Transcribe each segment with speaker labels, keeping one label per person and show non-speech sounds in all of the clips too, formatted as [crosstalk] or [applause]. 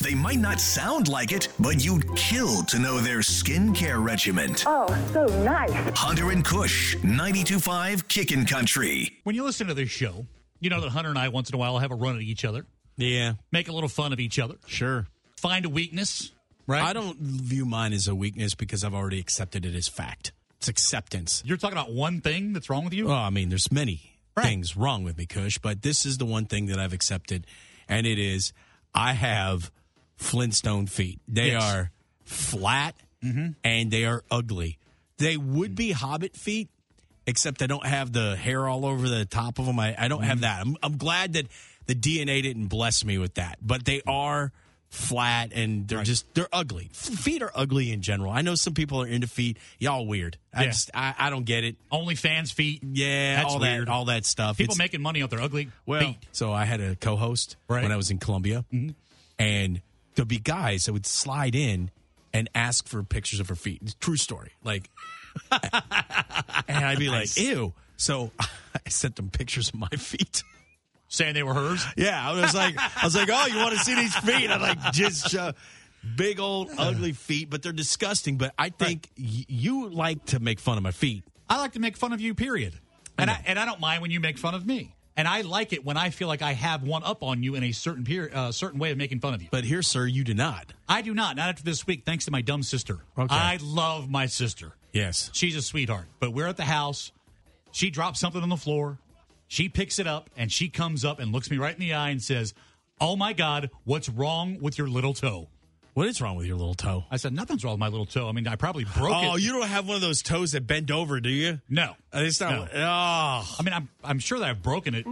Speaker 1: They might not sound like it, but you'd kill to know their skincare regimen.
Speaker 2: Oh, so nice.
Speaker 1: Hunter and Kush, 925 Kickin' Country.
Speaker 3: When you listen to this show, you know that Hunter and I once in a while have a run at each other,
Speaker 4: Yeah,
Speaker 3: make a little fun of each other,
Speaker 4: sure.
Speaker 3: find a weakness.
Speaker 4: Right. I don't view mine as a weakness because I've already accepted it as fact. It's acceptance.
Speaker 3: You're talking about one thing that's wrong with you?
Speaker 4: Well, I mean, there's many
Speaker 3: Right.
Speaker 4: things wrong with me, Kush, but this is the one thing that I've accepted, and it is I have Flintstone feet. They
Speaker 3: Yes. Mm-hmm.
Speaker 4: are flat and they are ugly. They would be hobbit feet, except I don't have the hair all over the top of them. I, I don't
Speaker 3: Mm-hmm.
Speaker 4: have that. I'm, I'm glad that the DNA didn't bless me with that, but they are flat and they're just they're ugly. F- feet are ugly in general. I know some people are into feet. Y'all weird. I
Speaker 3: Yeah.
Speaker 4: just I, I don't get it.
Speaker 3: Only fans feet.
Speaker 4: Yeah,
Speaker 3: That's
Speaker 4: all
Speaker 3: weird.
Speaker 4: that, all that stuff.
Speaker 3: People
Speaker 4: It's-
Speaker 3: making money off their ugly
Speaker 4: well,
Speaker 3: feet.
Speaker 4: so I had a co-host
Speaker 3: Right.
Speaker 4: when I was in Columbia, and there'd be guys that would slide in and ask for pictures of her feet. It's a true story. Like, [laughs] and I'd be like, "Ew." So [laughs] I sent them pictures of my [laughs] feet.
Speaker 3: Saying they were hers.
Speaker 4: Yeah, I was like, I was like, oh, you want to see these feet? I'm like, just uh, big old ugly feet, but they're disgusting. But I think y- you like to make fun of my feet.
Speaker 3: I like to make fun of you, period. And I, and I don't mind when you make fun of me. And I like it when I feel like I have one up on you in a certain peri uh, certain way of making fun of you.
Speaker 4: But here, sir, you do not.
Speaker 3: I do not, not after this week, thanks to my dumb sister.
Speaker 4: Okay.
Speaker 3: I love my sister.
Speaker 4: Yes.
Speaker 3: She's a sweetheart. But we're at the house. She drops something on the floor. She picks it up and she comes up and looks me right in the eye and says, Oh my God, what's wrong with your little toe?
Speaker 4: What is wrong with your little toe?
Speaker 3: I said, Nothing's wrong with my little toe. I mean, I probably broke it.
Speaker 4: Oh, you don't have one of those toes that bend over, do you?
Speaker 3: No.
Speaker 4: Uh, It's not. Ah,
Speaker 3: I mean, I'm, I'm sure that I've broken it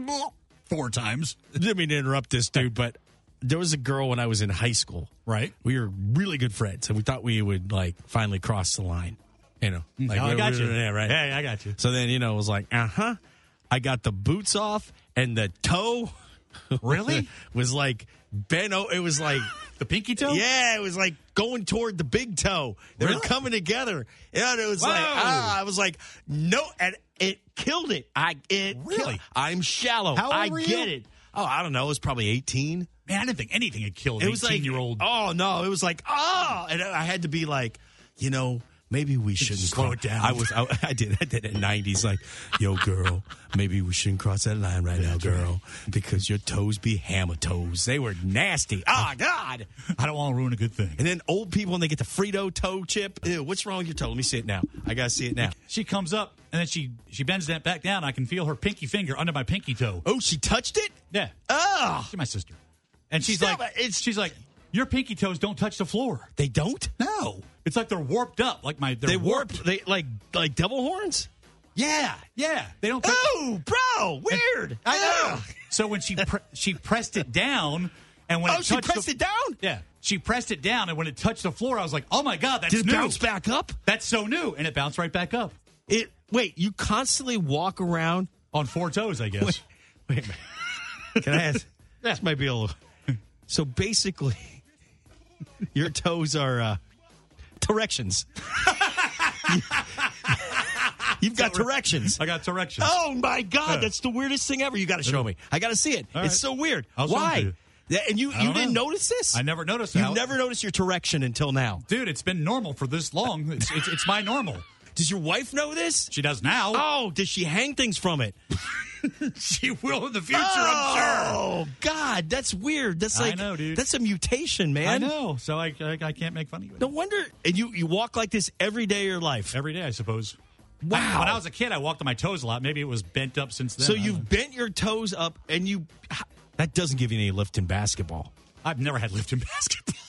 Speaker 3: four times.
Speaker 4: Oh, didn't mean to interrupt this dude, but there was a girl when I was in high school.
Speaker 3: Right.
Speaker 4: We were really good friends, and we thought we would like finally cross the line. You know, like
Speaker 3: oh, I
Speaker 4: we-
Speaker 3: got
Speaker 4: we-
Speaker 3: you.
Speaker 4: Yeah, right.
Speaker 3: Hey, I got you.
Speaker 4: So then you know, it was like, uh huh. I got the boots off, and the toe
Speaker 3: Really?
Speaker 4: [laughs] was like bent. o- It was like.
Speaker 3: the pinky toe?
Speaker 4: Yeah, it was like going toward the big toe. They were
Speaker 3: Really?
Speaker 4: coming together. And it was like,
Speaker 3: Wow.
Speaker 4: ah, I was like, no, and it killed it. I it
Speaker 3: Really?
Speaker 4: killed- I'm shallow.
Speaker 3: How old
Speaker 4: I
Speaker 3: were you?
Speaker 4: get it. Oh, I don't know. It was probably 18.
Speaker 3: Man, I didn't think anything had killed
Speaker 4: It
Speaker 3: an
Speaker 4: was like
Speaker 3: 18 year old.
Speaker 4: Oh no, it was like oh, and I had to be like, you know, maybe we shouldn't
Speaker 3: slow
Speaker 4: cross-
Speaker 3: it down.
Speaker 4: I was, I, I did, I did it in nineties. Like, yo, girl, maybe we shouldn't cross that line right now, girl, because your toes be hammer toes. They were nasty. Oh
Speaker 3: Uh,
Speaker 4: God.
Speaker 3: I don't want to ruin a good thing.
Speaker 4: And then old people, when they get the Frito toe chip, ew, what's wrong with your toe? Let me see it now. I gotta see it now.
Speaker 3: She comes up and then she she bends that back down. I can feel her pinky finger under my pinky toe.
Speaker 4: Oh, she touched it.
Speaker 3: Yeah,
Speaker 4: Oh,
Speaker 3: she's my sister, and she's
Speaker 4: Stop
Speaker 3: like,
Speaker 4: it. It's-
Speaker 3: she's like, your pinky toes don't touch the floor.
Speaker 4: they don't.
Speaker 3: No, it's like they're warped up, like my they're
Speaker 4: They warped. They like like devil horns.
Speaker 3: Yeah, yeah, they don't. touch-
Speaker 4: Oh, bro, weird.
Speaker 3: I know.
Speaker 4: Ugh.
Speaker 3: So when she pre- she pressed it down, and when
Speaker 4: Oh,
Speaker 3: it
Speaker 4: she
Speaker 3: touched the-
Speaker 4: pressed it down.
Speaker 3: Yeah, she pressed it down, and when it touched the floor, I was like, oh my god, that's
Speaker 4: Did it
Speaker 3: new.
Speaker 4: bounce back up?
Speaker 3: That's so new, and it bounced right back up
Speaker 4: It. Wait, you constantly walk around.
Speaker 3: on four toes, I guess.
Speaker 4: Wait, a minute. can I [laughs] ask? This might be a little. [laughs] So basically, your toes are uh, [laughs] directions. You've got directions.
Speaker 3: I got directions.
Speaker 4: Oh my God, that's the weirdest thing ever. You got to show me. I got to see it.
Speaker 3: All right.
Speaker 4: It's so weird.
Speaker 3: I'll show it to
Speaker 4: Why?
Speaker 3: you.
Speaker 4: Yeah, And you you
Speaker 3: don't
Speaker 4: didn't
Speaker 3: know.
Speaker 4: notice this?
Speaker 3: I never noticed
Speaker 4: You
Speaker 3: how-
Speaker 4: never noticed your direction until now.
Speaker 3: Dude, it's been normal for this long. It's, it's, it's my normal.
Speaker 4: Does your wife know this?
Speaker 3: She does now.
Speaker 4: Oh, does she hang things from it?
Speaker 3: [laughs] She will in the future,
Speaker 4: oh God, that's weird. That's
Speaker 3: I
Speaker 4: like
Speaker 3: know, dude.
Speaker 4: that's a mutation, man.
Speaker 3: I know. So I, I, I can't make fun of you.
Speaker 4: No wonder. And you you walk like this every day of your life.
Speaker 3: Every day, I suppose.
Speaker 4: Wow.
Speaker 3: I- when I was a kid, I walked on my toes a lot. Maybe it was bent up since then.
Speaker 4: so
Speaker 3: I don't
Speaker 4: you've
Speaker 3: know.
Speaker 4: bent your toes up, and you that doesn't give you any lift in basketball.
Speaker 3: [laughs] I've never had lift in basket.